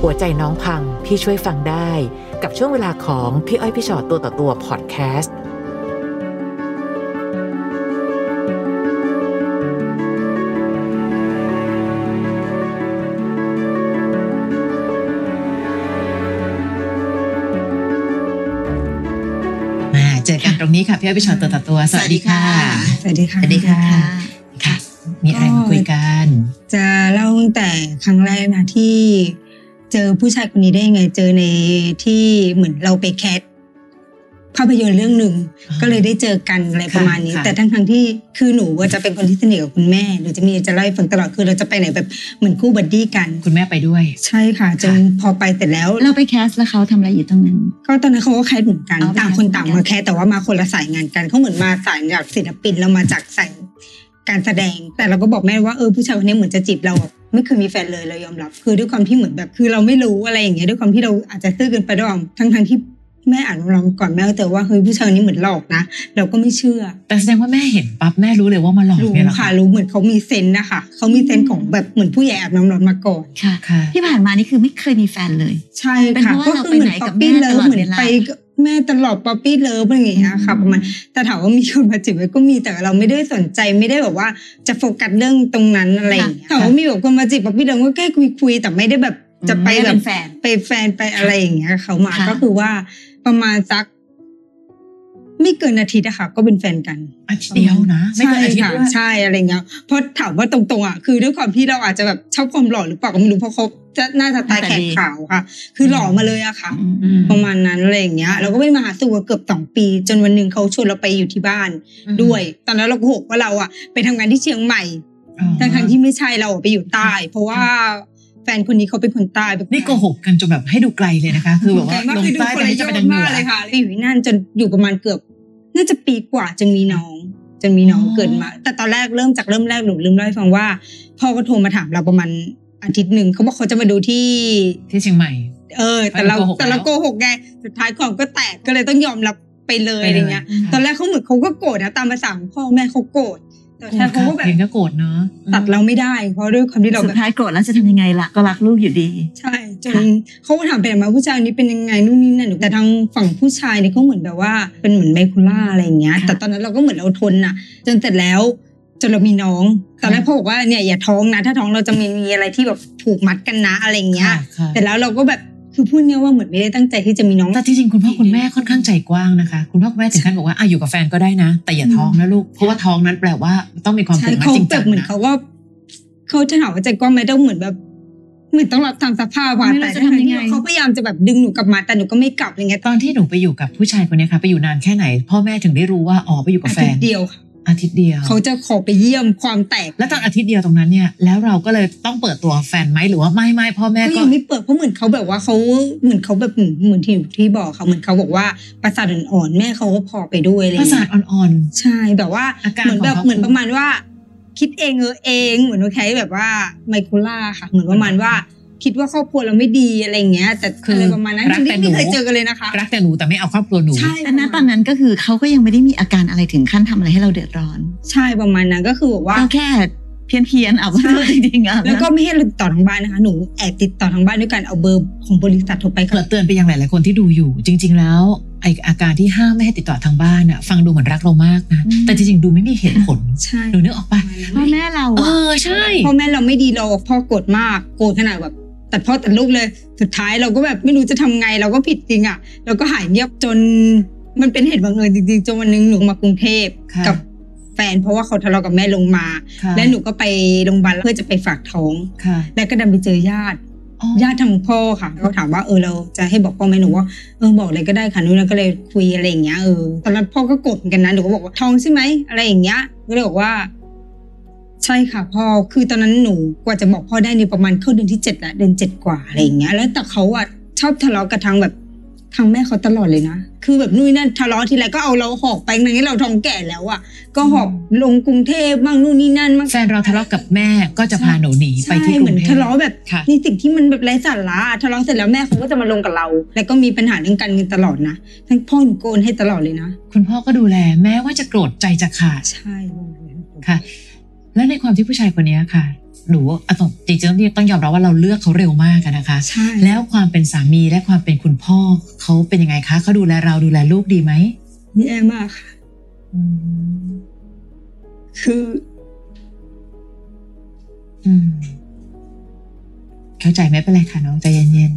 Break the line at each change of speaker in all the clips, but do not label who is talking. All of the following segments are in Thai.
หัวใจน้องพังพี่ช่วยฟังได้ กับช่วงเวลาของพี่อ้อยพี่ชอตตัวต่อตัวพอดแคสต์
มาเจอกันตรงนี้ค่ะพี่อ้อยพี่ชอตตัวต่อตัวสวัสดีค่ะ
สวัสดีค่ะ
สวัสดีค่ะ ค่ะ มีอะไรมาคุยกัน
จะเล่าตั้งแต่ครั้งแรกนะที่เจอผู้ชายคนนี้ได้ยังไง เจอในที่เหมือนเราไปแคสภาพยนตร์เรื่องหนึ่ง ก็เลยได้เจอกันอะไรประมาณนี้
ค่ะ
แต่ทั้งทั้งๆที่คือหนูว่าจะเป็นคนที่สนิทกับคุณแม่หนูจะมีจะเล่าให้ฟังตลอดคือเราจะไปไหนแบบเหมือนคู่บัดดี้กัน
คุณแม่ไปด้วย
ใช่ค่ะจนพอไปเสร็จแล้ว
เราไปแคสแล้วเขาทำอะไรอยู่ตรงนั้น
ก็ตอนนั้นเขาก็แคสเหมือนกัน
เอาไป
ต่างคน
แคส
ต่าง
เหมือนกั
มาน แคสแต่ว่ามาคนละสายงานกันเขาเหมือนมาสายจากศิลปินเรามาจากสายการแสดง แต่เราก็บอกแม่ว่าเออผู้ชายคนนี้เหมือนจะจีบเราอะไม่เคยมีแฟนเลยเรายอมรับ คือด้วยความที่เหมือนแบบคือเราไม่รู้อะไรอย่างเงี้ยด้วยความที่เราอาจจะซื่อเกินไปด้วยทั้งทั้งๆที่แม่อ่านเราก่อนแม่ก็เจอว่าเฮ้ยผู้ชายคนนี้เหมือนหลอกนะเราก็ไม่เชื่อ
แต่แสดงว่าแม่เห็นปั๊บแม่รู้เลยว่ามาหลอก
รู้
เนี่ยเหรอ
ค่ะรู้เหมือนเขามีเซนส์นะคะเขามีเซนส์ของแบบเหมือนผู้ใหญ่อาบน้ำร้อนมาก่อน
ค่ะ
ค่ะ
ที่ผ่านมานี่คือไม่เคยมีแฟนเลย
ใช่
เป็น
ค่ะ
เพราะว่าเราไปไหนกับแม่
เหมือน
ตลอดเวน ลา
puppy love เหมืไปกับแม่ตลอดป๊อปปี้เลิฟอะไรอย่างเงี้ยค่ะประมาณ แต่ถามว่ามีคนมาจีบไหมก็มีแต่เราไม่ได้สนใจไม่ได้แบบว่าจะโฟกัสเรื่องตรงนั้นอะไรอย่างเงี้ย
ค่ะ
ถามว่ามีแบบคนมาจีบป๊อปปี้เราก็แค่คุยคุยๆแต่ไม่ได้แบบจะไป
ม่ด้
แบ
เป็
บ
นแฟน
ไปแฟนไปอะไรอย่างเงี้ยเขามา
ค่ะ
ก็คือว่าประมาณสัก ไม่เกินอาทิตย์อะค่ะ ก็เป็นแฟนกัน
อาทิตย์เดียวนะ ไม่เกินอาทิตย์
ค่ะ
ด้วย
ใช่อะไรเงี้ยเพราะถามว่าตรงๆอะคือด้วยความที่เราอาจจะแบบชอบความหล่อหรือเปล่าก็ไม่รู้เพราะเขาจะหน้าตาตายแขกขาวค่ะ คือหล่อมาเลยอะค่ะ
อืม
ประมาณนั้นอะไรอย่างเงี้ยเราก็ไปมาหาสู่กันเกือบสองปี จนวันหนึ่งเขาชวนเราไปอยู่ที่บ้านด้วย ตอนนั้นเราโกหกว่าเราอะไปทำงานที่เชียงใหม่
อ๋อ
ทั้งทที่ไม่ใช่เราอะไปอยู่ใต้ เพราะว่าแฟนคนนี้เขาเป็นคนใต้แบบ
นี่โกหกกันจนแบบให้ดูไกลเลยนะคะ คือแบบ
ไก
ว่าม
ลาก
ลง
คือดู
ใต้
คน
แต่
ละ
นี่
ย
จะ
อ
ไป
ด
ทางเหนื
มาก
อ
เลยค่ะไปอยู่ที่นั่นจนอยู่ประมาณเกือบ น่าจะปีกว่าจึงมีน้องจนมีน้อง
อ๋อ
เกิดมา แต่ตอนแรกเริ่มจากเริ่มแรกหนูลืมเล่าให้ฟังว่าพ่อก็โทรมาถามเราประมาณอาทิตย์หนึ่งเขาบอกเขาจะมาดูที่
ที่เชียงใหม่
เออแต่เรา
ไปโกหกแล้ว
แต่เราโกหกไงสุดท้ายของก็แตกก็เลยต้องยอมรับไปเลยอะไรเงี้ย
ปลค่ะ
ตอนแรกเขาเหมือนเขาก็โกรธนะตามภาษาของพ่อแม่เขาโกรธแต่ถ้าเขาก็แบบ
เพียงก็โกรธเนอะ
ตัดเราไม่ได้เพราะด้วยความที่เรา
สุ
แบ
ด
บ
ท้ายโกรธแล้วจะทำยังไงล่ะ ก็รักลูกอยู่ดี
ใช่จนเขาก็ถามไปมาผู้ชายคนนี้เป็นยังไงนู่นนี่นั่นแต่ทางฝั่งผู้ชายเนี่ยเขาเหมือนแบบว่าเป็นเหมือนไบโพล่าอะไรเงี้ย
ค่ะ
แต่ตอนนั้นเราก็เหมือนเราทนน่ะ จนเสร็จแล้วจนเรามีน้องตอนแรกพ่อบอกว่าเนี่ยอย่าท้องนะ ถ้าท้องเราจะมีมีอะไรที่แบบผูกมัดกันนะอะไรเงี้ย
ค่ะค่ะ
เสร็จแล้วเราก็แบบคือพูดเนี่ยว่าเหมือนไม่ได้ตั้งใจที่จะมีน้อง
แต่ที่จริงคุณพ่อคุณแม่ค่อนข้างใจกว้างนะคะ คุณพ่อคุณแม่ถึงขั้นบอกว่าอ่ะอยู่กับแฟนก็ได้นะ แต่อย่าท้องนะลูก เพราะว่าท้องนั้นแปลว่าต้องมีความ
ใช่
ผูกมัด
เขา
จริง
แบ
จัง
บเหมือน
นะ
เขาว่าเขาจะถามว่าใจกว้างไหมต้องเหมือนแบบ เหมือนต้องรับตามสภาพว่ะ
ไม่รู้
แต่
จะทำยังไง
เขาพยายามจะแบบดึงหนูกลับมาแต่หนูก็ไม่กลับอะไรเงี้ย
ตอนที่หนูไปอยู่กับผู้ชายคนเนี้ยค่ะ ไปอยู่นานแค่ไหน พ่อแม่ถึงได้รู้ว่าอ๋อไปอยู่กับ
อา
แฟ
ทิต
น
ย์เดียวค่ะ
อาทิตย์เดียว
เขาจะขอไปเยี่ยมความแตก
แล้วตอนอาทิตย์เดียวตรงนั้นเนี่ยแล้วเราก็เลยต้องเปิดตัวแฟนไหมหรือว่าไม่ไม่พ่อแม่
ก็
ก็
ยังไม่เปิดเพราะเหมือนเขาแบบว่าเขาเหมือนเขาแบบเหมือนที่อยู่ที่บอกเขาเหมือนเขาบอกว่าประสาทอ่อนๆแม่เขาก็พอไปด้วยอะไร
ประ
เงี้
สาท
ย
อ่อน
ใช่แบบว่า
ๆอาการ
เหมือน
ข
แบ
อง
บ
เขา
เหมือนประมาณว่า คิดเองเออเองเหมือนว่าใช้แบบว่าไมโครล่าค่ะ เหมือนประมาณว่า คิดว่าครอบครัวเราไม่ดีอะไรอย่างเงี้ย แต่อะไรประมาณนั้น
รัก
ไม่
แต่หนู
ไม่เคยเจอกันเลยนะคะ
รักแต่หนูแต่ไม่เอาครอบครัวหนู
ใช่
แต่ณตอนนั้นก็คือเขาก็ยังไม่ได้มีอาการอะไรถึงขั้นทำอะไรให้เราเดือดร้อน
ใช่ประมาณนั้นก็คือแบบว่า
เราแค่เพี้ยนเพียนๆเอาว่า
ใช่
จริงๆอ่ะนะ
แล้วก็ไม่ให้เราติดต่อทางบ้านนะคะหนูแอบติดต่อทางบ้านด้วยการเอาเบอร์ของบริษัทโทรไป
เผื่
ค่ะ
อเตือนไปยังหลายๆคนที่ดูอยู่ จริง ๆ แล้วไออาการที่ห้ามไม่ให้ติดต่อทางบ้านอะฟังดูเหมือนรักเรามากนะแต่จริงๆดูไม่มีเหตุผล
ใช่
หนูนึกออกปะ
พ่อแม่เรา
เอ
อะ
อใช่
พ่อแม่เราไม่ดีเราพ่อโกรธมากโกรธขนาดแบบตัดพ่อตัดลูกเลย สุดท้ายเราก็แบบไม่รู้จะทำไงเราก็ผิดจริงอ่ะเราก็หายเงียบจนมันเป็นเหตุบังเอิญจริงๆจนวันหนึงหนูมากรุงเทพ
ค่ะ
กับแฟนเพราะว่าเขาทะเลาะกับแม่ลงมา
ค่ะ
และหนูก็ไปโรงพยาบาลเพื่อจะไปฝากท้อง
ค่ะ
แล้วก็ดันไปเจอญาติ
อ๋อ
ญาติทางพ่อค่ะเขาถามว่าเออเราจะให้บอกพ่อไหมหนูว่าเออบอกเลยก็ได้ค่ะนู่นนก็เลยคุยอะไรอย่างเงี้ยเออตอนนั้นพ่อก็โกรธเหมือนกันนะหนูก็บอกว่าท้องใช่ไหมอะไรอย่างเงี้ยก็เลยบอกว่า ใช่ค่ะพ่อคือตอนนั้นหนูกว่าจะบอกพ่อได้เนี่ยประมาณเข้าเดือนที่เจ็ดละเดือนเจ็ดกว่าอะไรอย่างเงี้ย แล้วแต่เขาอะชอบทะเลาะกับทางแบบทางแม่เขาตลอดเลยนะคือแบบนู่นนนั่นทะเลาะทีไรก็เอาเราหอบไปในนี้เราท้องแก่แล้วอะก็หอบลงกรุงเทพบ้างนู่นนี่นั่นบ้าง
แฟนเราทะเลาะกับแม่ก็จะพาหนูหนีไปที่ก
ใช่เห
รุ
มืองน
เทพ
ทะเลาะแบบ
ค่ะ
ในสิ่งที่มันแบบไร้สาระทะเลาะเสร็จแล้วแม่เขาก็จะมาลงกับเรา แล้วก็มีปัญหาเรื่องการเงินตลอดนะทั้งพ่อหนูโกนให้ตลอดเลยนะ
คุณพ่อก็ดูแลแม้ว่าจะโกรธใจจะขาด
ใช่
ค่ะ และในความที่ผู้ชายคนนี้ค่ะ หนูอะต้องจริงๆต้องต้องยอมรับว่าเราเลือกเขาเร็วมากอะนะคะ
ใช่
แล้วความเป็นสามีและความเป็นคุณพ่อเขาเป็นยังไงคะเขาดูแลเราดูแลลูกดีไหม
แย่มากค่ะ
อืม
คือ
อืมเข้าใจไหมเป็นไรค่ะน้องใจเย็น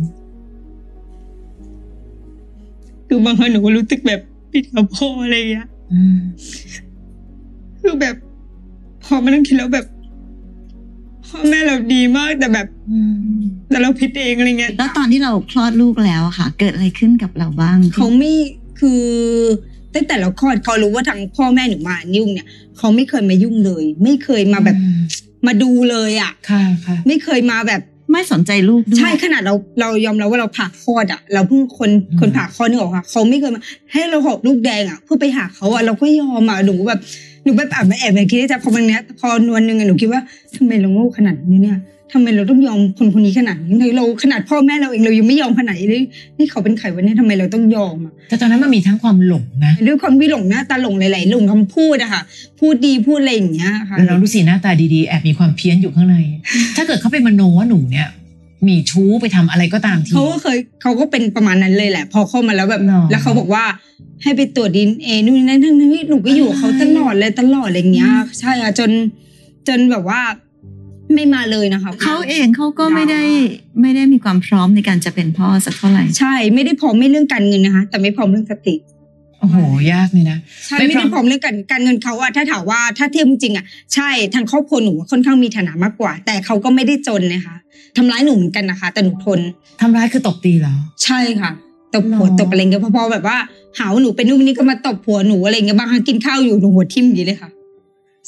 คือบางครั้งหนูก็รู้สึกแบบผิดกับพ่ออะไรอย่างเงี้ย
ๆอืม
คือแบบ พอมานั่งคิดแล้วแบบพ่อแม่เราดีมากแต่แบบ แต่เราผิดเองอะไรเงี้ย
แล้วตอนที่เราคลอดลูกแล้วอะค่ะ เกิดอะไรขึ้นกับเราบ้าง
เขาไม่คือตั้งแต่เราคลอดเขารู้ว่าทางพ่อแม่หนูมายุ่งเนี่ยเขาไม่เคยมายุ่งเลย ไม่เคยมาแบบ
อืม
มาดูเลยอ่ะ
ค่ะค่ะ
ไม่เคยมาแบบ
ไม่สนใจลูกด้วย
ใช่ขนาดเราเรายอมรับว่าเราผ่าคลอดอ่ะ เราเพิ่งคน
อืม
คนผ่าคลอดนึกออกค่ะเขาไม่เคยมาให้เราหอบลูกแดงอ่ะเพื่อไปหาเขาอ่ะเราก็ยอมอ่ะหนูแบบหนูแบบแอบแอบไปคิดแต่พอวันเนี้ยพอนวนหนึ่งอ่ะหนูคิดว่าทำไมเราโง่ขนาดนี้เนี่ยทำไมเราต้องยอมคนคนนี้ขนาดนี้ทำไมเราขนาดพ่อแม่เราเองเรายังไม่ยอมขนาดนี้เลยนี่เขาเป็นใครวะเนี่ยทำไมเราต้องยอมอ่ะ
แต่ตอนนั้นมันมีทั้งความหลงนะ
ด้วยความวิหลงหน้าตาหลงหลายๆหลงคำพูดอะค่ะ พูดดีพูดอะไรอย่างเงี้ยค่ะ
แล้วเรารู้สีหน้าตาดีๆ แอบมีความเพี้ยนอยู่ข้างใน ถ้าเกิดเขาไปมโนว่าหนูเนี่ย มีชู้ไปทำอะไรก็ตามที
เขาก็เคยเขาก็เป็นประมาณนั้นเลยแหละ พอเข้ามาแล้วแบบ
หรอ
แล้วเขาบอกว่าให้ไปตรวจดินเอนู่นนี่นั่นทั้งนั้นที่หนูก็อยู่กับเขาตลอดเลยตลอดอะไรอย่างเงี้ย ใช่อะจน จนแบบว่าไม่มาเลยนะคะ
เขาเองเขาก็ไม่ได้ไม่ได้มีความพร้อมในการจะเป็นพ่อสักเท่าไหร่
ใช่ไม่ได้พร้อมไม่เรื่องการเงินนะคะ แต่ไม่พร้อมเรื่องสติ
โอ้โห ยากเลยนะ
ใช่
ไม่
ไม่
พร้อม
ได้พร้อมเรื่องการการเงินเขาอะถ้าถามว่าถ้าเทียบจริงๆอะใช่ทางครอบครัวหนูค่อนข้างมีฐานะมากกว่า แต่เขาก็ไม่ได้จนนะคะทำร้ายหนูเหมือนกันนะคะ แต่หนูทน
ทำร้ายคือตบตีเหรอ
ใช่ค่ะตบหัว
หรอ
ตบอะไรเงี้ยเพอๆแบบว่าหาว่าหนูเป็นนู่นนี่ก็มาตบหัวหนูอะไรเงี้ยบางครั้งกินข้าวอยู่หนูหัวทิ่มอย่างนี้เลยค่ะ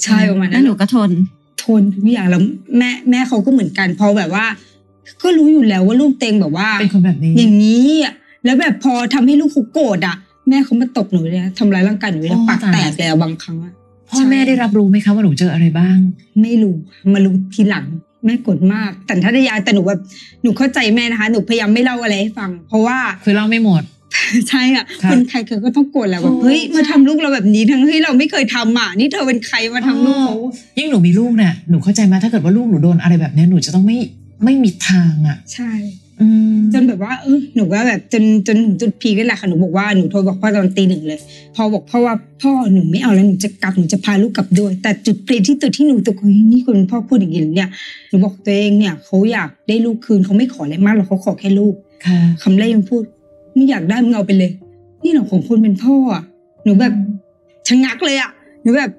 ใช่ประมาณ
แล้
นั้
วน หนูก็ทน
ทนทุกอย่างแล้วแม่แม่เขาก็เหมือนกัน พอแบบว่า ก็รู้อยู่แล้วว่าลูกเตงแบบว่า
เป็นคนแบบนี้
อย่างนี้อะแล้วแบบพอทำให้ลูกเขาโกรธอ่ะ แม่เขามาตบหนูเลยนะทำร้ายร่างกายหนูเลยนะปากแตกแล้วบางครั้งอะ
พ่อแม่
ใช่
ได้รับรู้ไหมคะว่าหนูเจออะไรบ้าง
ไม่รู้มารู้ทีหลังแม่โกรธมาก แต่ถ้าได้ยายแต่หนูแบบหนูเข้าใจแม่นะคะ หนูพยายามไม่เล่าอะไรให้ฟัง เพราะว่า
คือเล่าไม่หมด
ใช่อ่ะ
ค่ะ
คนใครเขาก็ต้องโกรธแหละแบบ
โอ้
เฮ้ย
ใช่
มาทำลูกเราแบบนี้ทั้งที่เราไม่เคยทำอ่ะนี่เธอเป็นใครมาทำลูกเขา
ยิ่งหนูมีลูกเนี่ยหนูเข้าใจไหมถ้าเกิดว่าลูกหนูโดนอะไรแบบเนี้ยหนูจะต้องไม่ไม่มีทางอ่ะ
ใช่
อืม
จนแบบว่าเออหนูก็แบบจนจนถึงจุดพีก็แหละค่ะหนูบอกว่าหนูโทรบอกพ่อตอนตีหนึ่งเลยพอบอกพ่อว่าพ่อหนูไม่เอาแล้วหนูจะกลับหนูจะพาลูกกลับด้วย แต่จุดเปลี่ยนที่ตัวที่หนูตกเฮ้ยนี่คนพ่อพูดอย่างนี้เหรอเนี่ยหนูบอกตัวเองเนี่ยเขาอยากได้ลูกคืนเขาไม่ขออะไรมากหรอกเขาขอแค่ลูก
ค่ะ
คำแรกยังพูดไม่อยากได้มึงเอาไปเลย นี่เหราของคนเป็นพ่ออะหนูแบบชะงักเลยอะหนูแบบ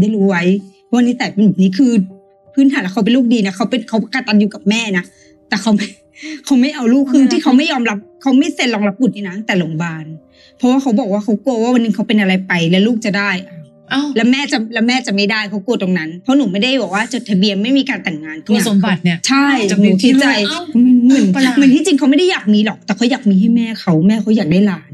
ได้รู้ไว้ว่านิสัยเป็นแบบนี้คือ พื้นฐานแล้วเขาเป็นลูกดีนะเขาเป็นเขากตัญญูกับแม่นะแต่เขาไม่เขาไม่เอาลูกคือที่เขาไม่ยอมรับเขาไม่เซ็นรองรับบุตรนี่นะแต่โรงพยาบาลเพราะว่าเขาบอกว่าเขากลัวว่าวันหนึงเขาเป็นอะไรไปแล้วลูกจะได้อะ
เอ้า
แล้วแม่จะแล้วแม่จะไม่ได้เขากลัวตรงนั้น เพราะหนูไม่ได้บอกว่าจดทะเบียนไม่มีการแต่งงาน
คุณ
เนี่ย
สมบัติเนี่ย
ใช่
จะ
ห
มี
นูคิดใจ
ที่ลูกเอ้า
เหมือน
ประหลาด
เหมือนที่จริงเขาไม่ได้อยากมีหรอก แต่เขาอยากมีให้แม่เขาแม่เขาอยากได้หลาน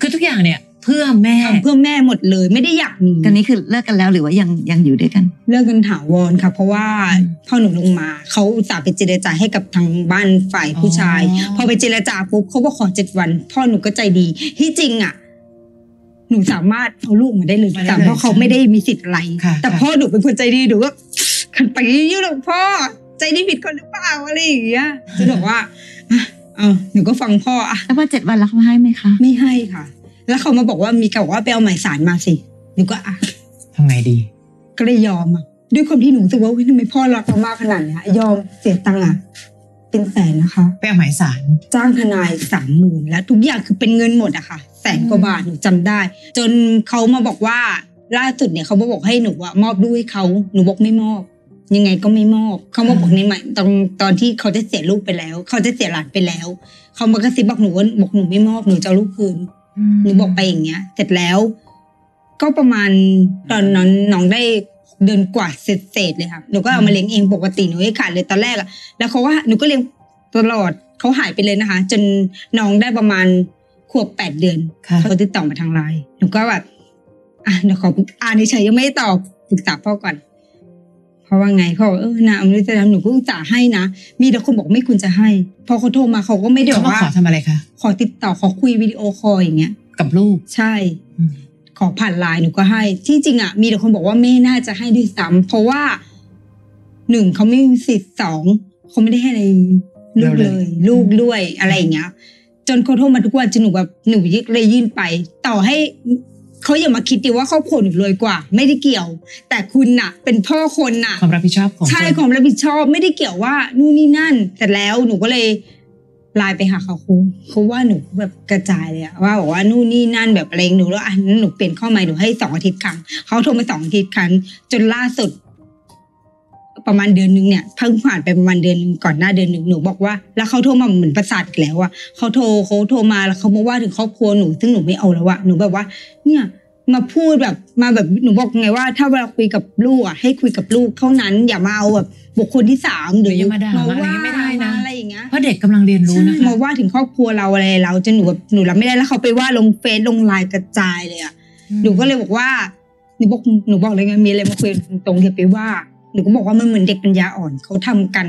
คือทุกอย่างเนี่ยเพื่อแม่
ทำเพื่อแม่หมดเลยไม่ได้อยากมี
ตอนนี้คือเลิกกันแล้วหรือว่ายังยังอยู่ด้วยกัน
เลิกกันถาวรค่ะ เพราะว่า
อืม
พ่อหนูลงมาเขาอุตส่าห์ไปเจรจาให้กับทางบ้านฝ่ายผู้ชาย
อ๋อ
พอไปเจรจาปุ๊บเขาก็ขอเจ็ดวัน พ่อหนูก็ใจดีที่จริงอ่ะ หนูสามารถเอาลูกมาได้เลยแต่เพราะเขาไม่ได้มีสิทธิ์อะไร
ค่ะ
แต่พ่อหนูเป็นคนใจดีหนูก็ขันไปยื่นหลวงพ่อ ใจดีผิดคนหรือเปล่าอะไรอย่างเงี้ยจะบอกว่าอ่ะเอาหนูก็ฟังพ่ออ่ะ
แล้วพอเจ็ดวันแล้วเขาให้ไหมคะ
ไม่ให้ค่ะ แล้วเขามาบอกว่ามีกาบอกว่าไปเอาหมายสารมาสิ หนูก็อ่ะ
ทำไงดี
ก็เลยยอมอ่ะ ด้วยความที่หนูรู้สึกว่าเฮ้ยทำไมพ่อรักเรามากขนาดเนี้ยยอมเสียตังค์อ่ะ เป็นแสนนะคะ
ไปเอาหมายสาร
จ้างทนายสามหมื่นแล้วทุกอย่างคือเป็นเงินหมดอะค่ะ แสนกว่าบาทหนูจำได้ จนเขามาบอกว่าล่าสุดเนี่ยเขามาบอกให้หนูอะมอบลูกให้เขาหนูบอกไม่มอบ ยังไงก็ไม่มอบเขามาบอกในหมายตอนตอนที่เขาจะเสียลูกไปแล้ว เขาจะเสียหลานไปแล้วเขามากระซิบบอกหนูว่าบอกหนูไม่มอบหนูจะเอาลูกคืน หนูบอกไปอย่างเงี้ย เสร็จแล้ว ก็ประมาณตอนนั้นน้องได้เดินกว่าเสร็จๆเลยค่ะหนูก็เอามาเลี้ยงเองปกติหนูไม่ขาดเลยตอนแรกอะแล้วเขาว่าหนูก็เลี้ยงตลอดเขาหายไปเลยนะคะ จนน้องได้ประมาณขวบแปดเดือน
ค่ะ
เขาติดต่อมาทางไลน์หนูก็แบบอ่ะเดี๋ยวขอปรึกอ่านเฉยๆยังไม่ได้ตอบปรึกษาพ่อก่อนเพราะว่าไงเขาบอกเออนะอมริตาหนูก็อุตส่าห์ให้นะมีแต่คนบอกไม่คุณจะให้ พอเขาโทรมาเขาก็ไม่ได้บ
เขา
อก
มา
ว่า
ขอทำอะไรคะ
ขอติดต่อขอคุยวิดีโอคอลอย่างเงี้ย
กับลูก
ใช่
อืม
ขอผ่านไลน์หนูก็ให้ ที่จริงอ่ะ มีแต่คนบอกว่าไม่น่าจะให้ด้วยซ้ำเพราะว่า หนึ่งเขาไม่มีสิทธิ์สองเขาไม่ได้ให้อะไรลูก
เราเล
เลย ย ลูกด้วยอะไรอย่างเงี้ย จนเขาโทรมาทุกวันจนหนูแบบหนูยึกเลยยื่นไป ต่อให้เขาอย่ามาคิดดิว่าครอบครัวหนูรวยกว่า ไม่ได้เกี่ยว แต่คุณน่ะ เป็นพ่อคนน่ะ
ความรับผิดชอบของ
ใช่
คน
ความรับผิดชอบไม่ได้เกี่ยวว่านู่นนี่นั่น แต่แล้วหนูก็เลยไลน์ไปหาเขาครูเขาว่าหนูแบบกระจายเลยอะว่าบอกว่านู่นนี่นั่นแบบอะไรหนูแล้วอ่ะนั้นหนูเปลี่ยนข้อใหม่หนูให้สองอาทิตย์ครั้งเขาโทรมาสองอาทิตย์ครั้งจนล่าสุด ประมาณเดือนหนึงเนี่ยเพิ่งผ่านไปประมาณเดือนหนึงก่อนหน้าเดือนหนึ่งหนูบอกว่า แล้วเขาโทรมาเหมือนประสาทอีกแล้วอะเขาโทรเขาโทรมาแล้วเขามาว่าถึงครอบครัวหนูซึ่งหนูไม่เอาแล้วอะหนูแบบว่า เนี่ย มาพูดแบบมาแบบหนูบอกไงว่า ถ้าเวลาคุยกับลูกอ่ะให้คุยกับลูกเท่านั้น อย่ามาเอาแบบบุคคลที่สามหรือ
อย่ามาด่ามาอะไรอ
ว่
ย่างเงี้ยไม่ได้นะ
าอะไรอย่างเงี้ย
เพราะเด็กกำลังเรียนรู้นะ
ใช่
คะ
มาว่าถึงครอบครัวเราอะไรเราจนหนูแบบหนูรับไม่ได้แล้วเขาไปว่าลงเฟซลงไลน์กระจายเลยอ่ะหนูก็เลยบอกว่าหนูบอกหนูบอกเลยไงมีอะไรมาคุยกันตรงๆอย่าไปว่าหนูก็บอกว่ามันเหมือนเด็กปัญญาอ่อนเขาทำกัน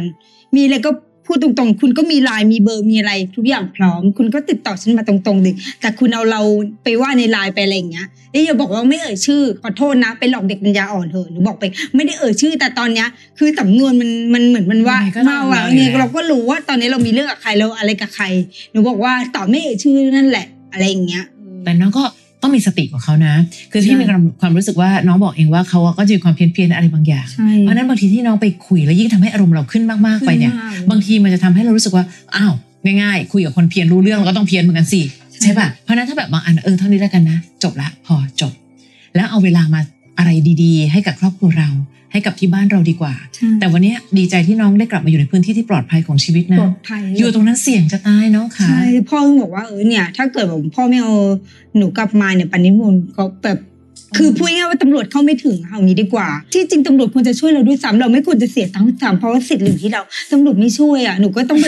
มีอะไรก็พูดตรงๆ คุณก็มีไลน์มีเบอร์มีอะไร ทุกอย่างพร้อม คุณก็ติดต่อฉันมาตรงๆดิแต่คุณเอาเราไปว่าในไลน์ไปอะไรอย่างเงี้ย เอ้ยอย่าบอกว่าไม่เอ่ยชื่อขอโทษนะไปหลอกเด็กปัญญาอ่อนเถอะหนูบอกไป ไม่ได้เอ่ยชื่อ แต่ตอนเนี้ย คือสำนวนมันมันเหมือนมันว่า
ยังไงก็
เมาอ่ะ
ต้อง
ยังไง
เอาอยู่แล้ว
เราก็รู้ว่าตอนนี้เรามีเรื่องกับใครเราอะไรกับใครหนูบอกว่าต่อไม่เอ่ยชื่อนั่นแหละ อะไรอย่างเงี้ย
แต่น้องก็ต้องมีสติของเขานะ คือ
ใช่
ที่มีความความรู้สึกว่าน้องบอกเองว่าเขาอะก็จะมีความเพี้ยนเพียนๆอะไรบางอย่าง
ใช่
เพราะฉะนั้นบางทีที่น้องไปคุยแล้วยิ่งทำให้อารมณ์เราขึ้นมากๆไปเนี่ย บางทีมันจะทำให้เรารู้สึกว่า อ้าว ง่ายๆ คุยกับคนเพี้ยนรู้เรื่องเราก็ต้องเพี้ยนเหมือนกันสิ ใช่ป่ะ เพราะฉะนั้นถ้าแบบบางอันเออเท่านี้แล้วกันนะ จบละพอจบ แล้วเอาเวลามาอะไรดีๆ ให้กับครอบครัวเรา ให้กับที่บ้านเราดีกว่า
ใช่
แต่วันนี้ดีใจที่น้องได้กลับมาอยู่ในพื้นที่ที่ปลอดภัยของชีวิต
ปลอ
นะ
ดภัย
อยู่ตรงนั้นเสี่ยงจะตายน้องค่ะ
ใช่พ่อเพิ่งบอกว่าเออเนี่ย ถ้าเกิดแบบพ่อไม่เอาหนูกลับมาเนี่ยปานิมนต์เขาแบบคือพูดง่ายๆว่าตำรวจเข้าไม่ถึงเอางี้ดีกว่า ที่จริงตำรวจควรจะช่วยเราด้วยซ้ำเราไม่ควรจะเสียตังค์ซ้ำเพราะว่าสิทธิ์หนึ่งที่เราตำรวจไม่ช่วยอ่ะหนูก็ต้องไป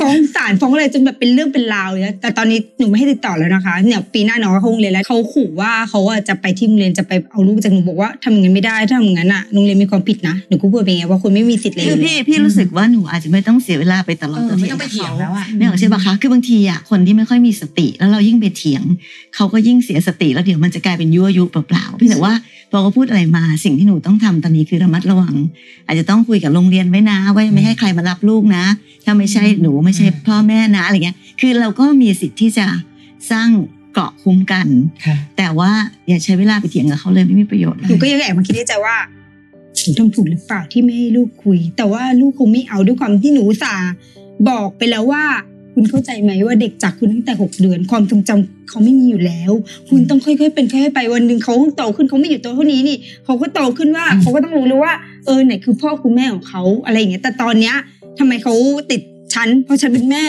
ฟ้องศาลฟ้องอะไรจนแบบเป็นเรื่องเป็นราวเลยนะแต่ตอนนี้หนูไม่ให้ติดต่อแล้วนะคะเนี่ยปีหน้าน้องเขาคงเรียนแล้วเขาขู่ว่าเขาอ่ะจะไปที่โรงเรียนจะไปเอาลูกจากหนูบอกว่าทำอย่างนั้นไม่ได้ถ้าทำอย่างนั้นอ่ะโรงเรียนมีความผิดนะหนูก็พูดไปไงว่าคุณไม่มีสิทธิ์เลย
คือพี่พี่รู้สึกว่าหนูอาจจะไม่ต้องเสียเวลาไปตลอ
เอ
ด
อไม่ต้องไปเถียงแล้วอะ
เนี่ยหรอกใช่ปะคะคือบางทีอ่ะคนที่ไม่ค่อยมีสติ แล้วเรายิ่งไปเถียง เขาก็ยิ่งเสียสติแล้วเดี๋ยวมันจะกลายเป็นยั่วยุเปล่าๆเพี่แต่ว่าพอเขาพูดอะไรมาสิ่งที่หนูต้องทำตอนนี้คือระมัดระวัง อาจจะต้องคุยกับโรงเรียนไว้นะ ว่าไม่ให้ใครมารับลูกนะ ถ้าไม่ใช่หนูไม่ใช่พ่อแม่นะอะไรเงี้ย คือเราก็มีสิทธิ์ที่จะสร้างเกราะคุ้มกัน
ค่ะ
แต่ว่าอย่าใช้เวลาไปเถียงกับเขาเลยไม่มีประโยชน์เลย
หนูก็ยังแอบมาคิดในใจว่าหนูทำถูกหรือเปล่าที่ไม่ให้ลูกคุย แต่ว่าลูกคงไม่เอาด้วยความที่หนูอุตสาห์บอกไปแล้วว่า คุณเข้าใจไหมว่าเด็กจากคุณตั้งแต่หกเดือนความทรงจำเขาไม่มีอยู่แล้ว คุณต้องค่อยๆ เป็นค่อยๆไปวันหนึ่งเขาโตขึ้นเขาไม่อยู่ตัวเท่านี้นี่เขาก็โตขึ้นว่า
อืม
เขาก็ต้องรู้แล้วว่าเออไหนคือพ่อคุณแม่ของเขาอะไรอย่างเงี้ยแต่ตอนเนี้ยทำไมเขาติดฉันเพราะฉันเป็นแม่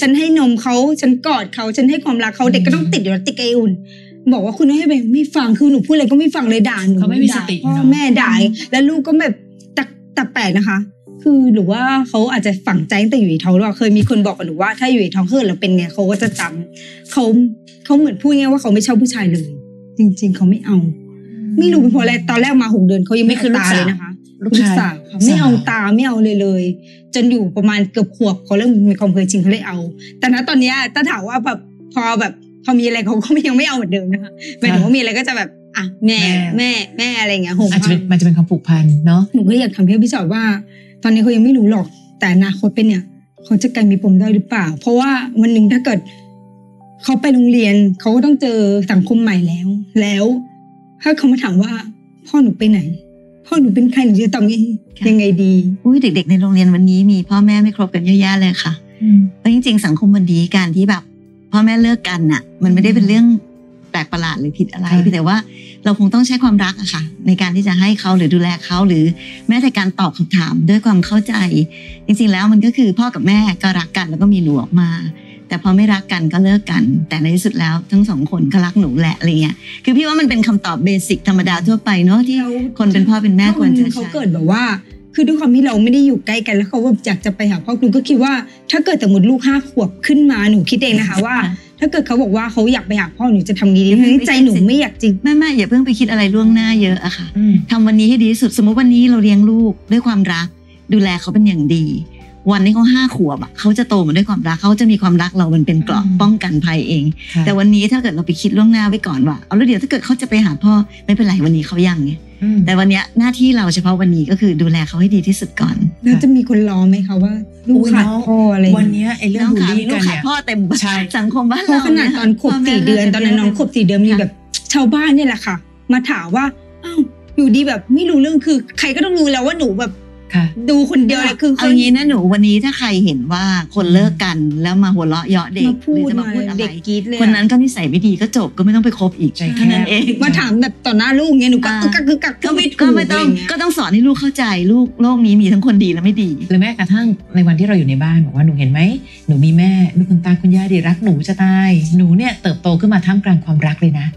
ฉันให้นมเขาฉันกอดเขาฉันให้ความรักเขาเด็กก็ต้องติดอยู่แล้วติดไออุ่น บอกว่าคุณให้ไปไม่ฟังคือหนูพูดอะไรก็ไม่ฟังเลยด่าหนู
เขาไม่มีสติ
ด่พ่อ
เนอะ
แม่ด่าแล้วลูกก็แบบแต่แต่แปลกนะคะ คือหรือว่าเขาอาจจะฝังใจตั้งแต่อยู่ในท้องหรือเปล่าเคยมีคนบอกกับหนูว่าถ้าอยู่ในท้องเกิดเราเป็นไงเขาก็จะจำเขาเขาเหมือนพูดไงว่าเขาไม่ชอบผู้ชายเลย จริง ๆเขาไม่เอา ไม่รู้เป็นเพราะอะไรตอนแรกมาหกเดือนเขายังไม่
นี่คือ
เอา
ลูกสาว
ตาเลยนะคะ
ลูก
ลูก
ชาย
สาวค่ะไม่เอาตาไม่เอาเลยเลย จนอยู่ประมาณเกือบขวบเขาเริ่มมีความเคยชินเขาเลยเอา แต่ณตอนเนี้ยถ้าถามว่าแบบพอแบบพอมีอะไรเขาก็ไม่ยังไม่เอาเหมือนเดิมนะคะหมายถึงว่ามีอะไรก็จะแบบอ่ะแม่แม่แม่อะไรอย่างเงี้ยโห
อาจจะเป็นมันจะเป็นความผูกพันเนาะ
หนูก็อยากถามพี่พี่ชอบว่า ตอนนี้เขายังไม่รู้หรอก แต่อนาคตเป็นเนี่ยเขาจะกลายมีปมด้อยหรือเปล่า เพราะว่าวันหนึ่งถ้าเกิดเขาไปโรงเรียนเขาก็ต้องเจอสังคมใหม่แล้ว แล้วถ้าเขามาถามว่าพ่อหนูไปไหน พ่อหนูเป็นใครหนูจะตอบยังไง
ค่ะ
ยังไงดี
อุ้ยเด็ก ๆ ในโรงเรียนวันนี้มีพ่อแม่ไม่ครบกันเยอะแยะเลยค่ะแล้วจริง ๆ สังคมวันนี้การที่แบบพ่อแม่เลิกกันน่ะ มันไม่ได้เป็นเรื่องแปลกประหลาดหรือผิดอะไร
ค่ะ
เพียงแต่ว่าเราคงต้องใช้ความรักอะค่ะ ในการที่จะให้เขาหรือดูแลเขาหรือแม้แต่การตอบคำถามด้วยความเข้าใจ จริงๆแล้วมันก็คือพ่อกับแม่ก็รักกันแล้วก็มีหนูออกมา แต่พอไม่รักกันก็เลิกกัน แต่ในที่สุดแล้วทั้งสองคนก็รักหนูแหละอะไรเงี้ยคือพี่ว่ามันเป็นคำตอบเบสิกธรรมดาทั่วไปเนอะที่
แล้ว
คนเป็นพ่อเป็นแม่ควรจะ
เขา
ใช้
เกิดแบบว่า คือด้วยความที่เราไม่ได้อยู่ใกล้กันแล้วเขาแบบอยากจะไปหาพ่อหนูก็คิดว่า ถ้าเกิดสมมติลูกห้าขวบขึ้นมาหนูคิดเองนะคะว่า ถ้าเกิดเขาบอกว่าเขาอยากไปหาพ่อหนูจะทำยังไงดี
ยังไงไม่
ทั้งใจหนู
สิ
ไม่อยากจริง
ไม่ไม่อย่าเพิ่งไปคิดอะไรล่วงหน้าเยอะอะค่ะทำวันนี้ให้ดีที่สุดสมมุติวันนี้เราเลี้ยงลูกด้วยความรัก ดูแลเขาเป็นอย่างดี วันที่เขาห้าขวบอะเขาจะโตมาด้วยความรักเขาจะมีความรักเรามันเป็นเกราะ
อืม
ป้องกันภัยเอง
ค่ะ
แต่วันนี้ถ้าเกิดเราไปคิดล่วงหน้าไว้ก่อนว่าเอาแล้วเดี๋ยวถ้าเกิดเขาจะไปหาพ่อไม่เป็นไรวันนี้เขายังไง
อืม
แต่วันเนี้ยหน้าที่เราเฉพาะวันนี้ก็คือดูแลเขาให้ดีที่สุดก่อน
แล้วจะมีคนล้อไหมคะว่าลูก
อุ๊ย
ขาด
น้อง
พ่ออะไรอย่าง
วัน
เงี้ย
เนี้ยไอ้เรื่อง
น้อง
บูล
ขา
ลี่
ลู
กั
ก
น
ขา
เนี่ย
พ่อเต็ม
ใช่
สังคมบ้าน
เพราะ
เรา
ขนาดตอนขวบ
พ่แม่
สี่เดือน ตอนนั้นน้องขวบสี่เดือนมี
ค่ะ
แบบชาวบ้านเนี่ยแหละค่ะ มาถามว่าอ้าวอยู่ดีแบบไม่รู้เรื่องคือ ใครก็ต้องรู้แล้วว่าหนูแบบ
ค่ะ
ดูคนเดียวเลยคือ
เอาอย่างนี้นะหนูวันนี้ถ้าใครเห็นว่าคนเลิกกันแล้วมาหัวเราะเยาะเด็ก
มาพู
หรือ
ด
จะมา
มา
พูดอะไร
เด็กกรีดเลยอะ
คนนั้นก็นิสัยไม่ดีก็จบก็ไม่ต้องไปคบอีก
ใจแคบ
แค่นั้นเอง
มาถามแบบต่อหน้าลูกเงี้ยหนูก็
อ่า
กึกกักกึกกัก
ก็ไม่
ถู
ก็ไม่ต้อง
ะรเย
ก็ต้องสอนให้ลูกเข้าใจลูกโลกนี้มีทั้งคนดีและไม่ดี
หรือแม้กระทั่งในวันที่เราอยู่ในบ้านบอกว่าหนูเห็นไหมหนูมีแม่มีคุณตาคุณย่าดีรักหนูจะตายหนูเนี่ยเติบโตขึ้นมาท่ามกลางความรักเลยนะ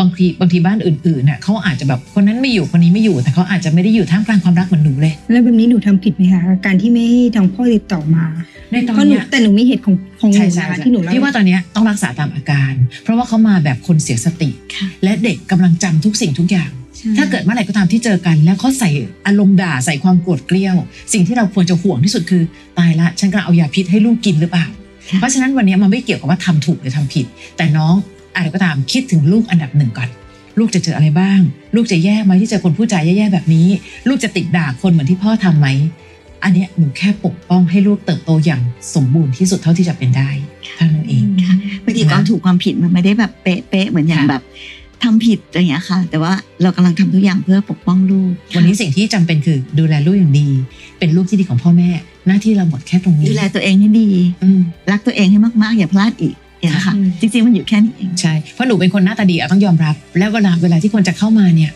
บางทีบางทีบ้านอื่นๆน่ะเขาอาจจะแบบคนนั้นไม่อยู่คนนี้ไม่อยู่แต่เขาอาจจะไม่ได้อยู่ท่ามกลางความรักเหมือนหนูเลย
แล้วแบบนี้หนูทำผิดไหมคะการที่ไม่ให้ทางพ่อติดต่อมา
ในตอน
เพราะหนู
เนี้ย
แต่หนูมีเหตุของของหนู
ใช่ใช่
นะคะ
ใช่
ที่หนูเล่า
พี่ว่าตอนเนี้ยต้องรักษาตามอาการ เพราะว่าเขามาแบบคนเสียสติ
ค่ะ
และเด็กกำลังจำทุกสิ่งทุกอย่าง
ใช่
ถ้าเกิดเมื่อไหร่ก็ตามที่เจอกัน แล้วเขาใส่อารมณ์ด่าใส่ความโกรธเกรี้ยว สิ่งที่เราควรจะห่วงที่สุดคือตายละฉันกำลังเอายาพิษให้ลูกกินหรือเปล่า
ค่ะ
เพราะฉะนั้นวันเนี้ยมันไม่เกี่ยวกับว่าทำถูกหรือทำผิด แต่น้องอะไรก็ตามคิดถึงลูกอันดับหนึ่งก่อน ลูกจะเจออะไรบ้าง ลูกจะแย่ไหมที่เจอคนพูดจาแย่ๆแบบนี้ ลูกจะติดด่าคนเหมือนที่พ่อทำไหม อันเนี้ยหนูแค่ปกป้องให้ลูกเติบโตอย่างสมบูรณ์ที่สุดเท่าที่จะเป็นได้เท่านั้นเอง
ค่ะ บางทีความถูกความผิดมันไม่ได้แบบเป๊ะๆเหมือนอย่าง
ค่ะ
แบบทำผิดอะไรอย่างเงี้ยค่ะ แต่ว่าเรากำลังทำทุกอย่างเพื่อปกป้องลูก
วันนี้สิ่งที่จำเป็นคือดูแลลูกอย่างดี เป็นลูกที่ดีของพ่อแม่ หน้าที่เราหมดแค่ตรงนี้
ดูแลตัวเองให้ดี
อืม
รักตัวเองให้มากๆ อย่าพลาดอีกอย่างเงี้ยค่ะ
ค่ะ
จริงๆมันอยู่แค่นี้เอง
ใช่ เพราะหนูเป็นคนหน้าตาดีอะต้องยอมรับ และเวลาเวลาที่คนจะเข้ามาเนี่ย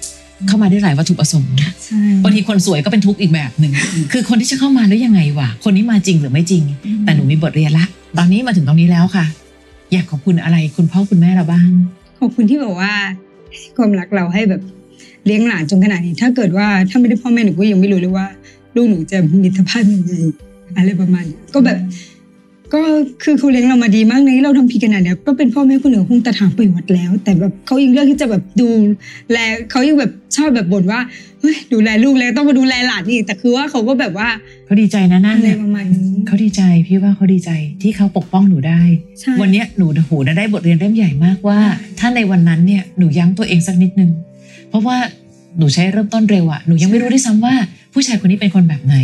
เข้ามาได้หลายวัตถุประสงค์
ใช่
บางทีคนสวยก็เป็นทุกข์อีกแบบหนึ่ง คือคนที่จะเข้ามาแล้วยังไงวะ คนนี้มาจริงหรือไม่จริง แต่หนูมีบทเรียนละ ตอนนี้มาถึงตรงนี้แล้วค่ะ อยากขอบคุณอะไรคุณพ่อคุณแม่เราบ้าง
ขอบคุณที่บอกว่าให้ความรักเราให้แบบเลี้ยงหลานจนขนาดนี้ ถ้าเกิดว่าถ้าไม่ได้พ่อแม่หนูก็ยังไม่รู้เลยว่า ลูกหนูจะมีสภาพยังไงอะไรประมาณนี้ก็แบบ ก็คือเขาเลี้ยงเรามาดีมากในะที่เราทำผิดขนาดเนี้ยก็เป็นพ่อแม่คนหนึ่งคงตะถางไปวัดแล้ว แต่แบบเขายังเลือกที่จะแบบดูแลเขายังแบบชอบแบบบ่นว่าเฮ้ยดูแลลูกแล้วต้องมาดูแลหลานอีกแต่คือว่าเขาก็แบบว่า
เขาดีใจนะนั่น
อะไร
เนี่ย
ประมาณนี้
เขาดีใจพี่ว่าเขาดีใจที่เขาปกป้องหนูได้
ใช่
วันเนี้ยหนูโหได้บทเรียนเล่มใหญ่มากว่า ถ้าในวันนั้นเนี่ยหนูยั้งตัวเองสักนิดนึง เพราะว่าหนูใช้เริ่มต้นเร็วอะหนูยังไม่รู้ด้วยซ้ำว่า ผู้ชายคนนี้เป็นคนแบบไหน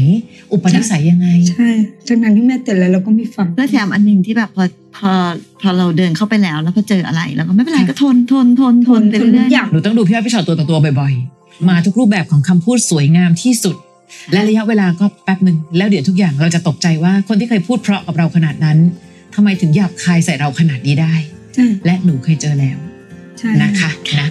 อุปนิสัยยังไง
ใช่ทั้งนั้นที่แม่เตือนแล้วเราก็ไม่ฟัง
แล้วแถมอันหนึ่งที่แบบพอพอพอเราเดินเข้าไปแล้วแล้วพอเจออะไรเราก็ไม่เป็นไร
ค่ะ
ก็ทนทนทนทนไป
ทน
เรื่อย
ทุกอย่าง
หนูต้องดูพี่อ้อยพี่ชอตตัวต่อตัวบ่อยๆ มาทุกรูปแบบของคำพูดสวยงามที่สุด และระยะเวลาก็แป๊บหนึ่งแล้วเดี๋ยวทุกอย่างเราจะตกใจว่าคนที่เคยพูดเพราะกับเราขนาดนั้นทำไมถึงหยาบคายใส่เราขนาดนี้ได้
ใช่
และหนูเคยเจอแล้ว
ใช่
นะคะนะ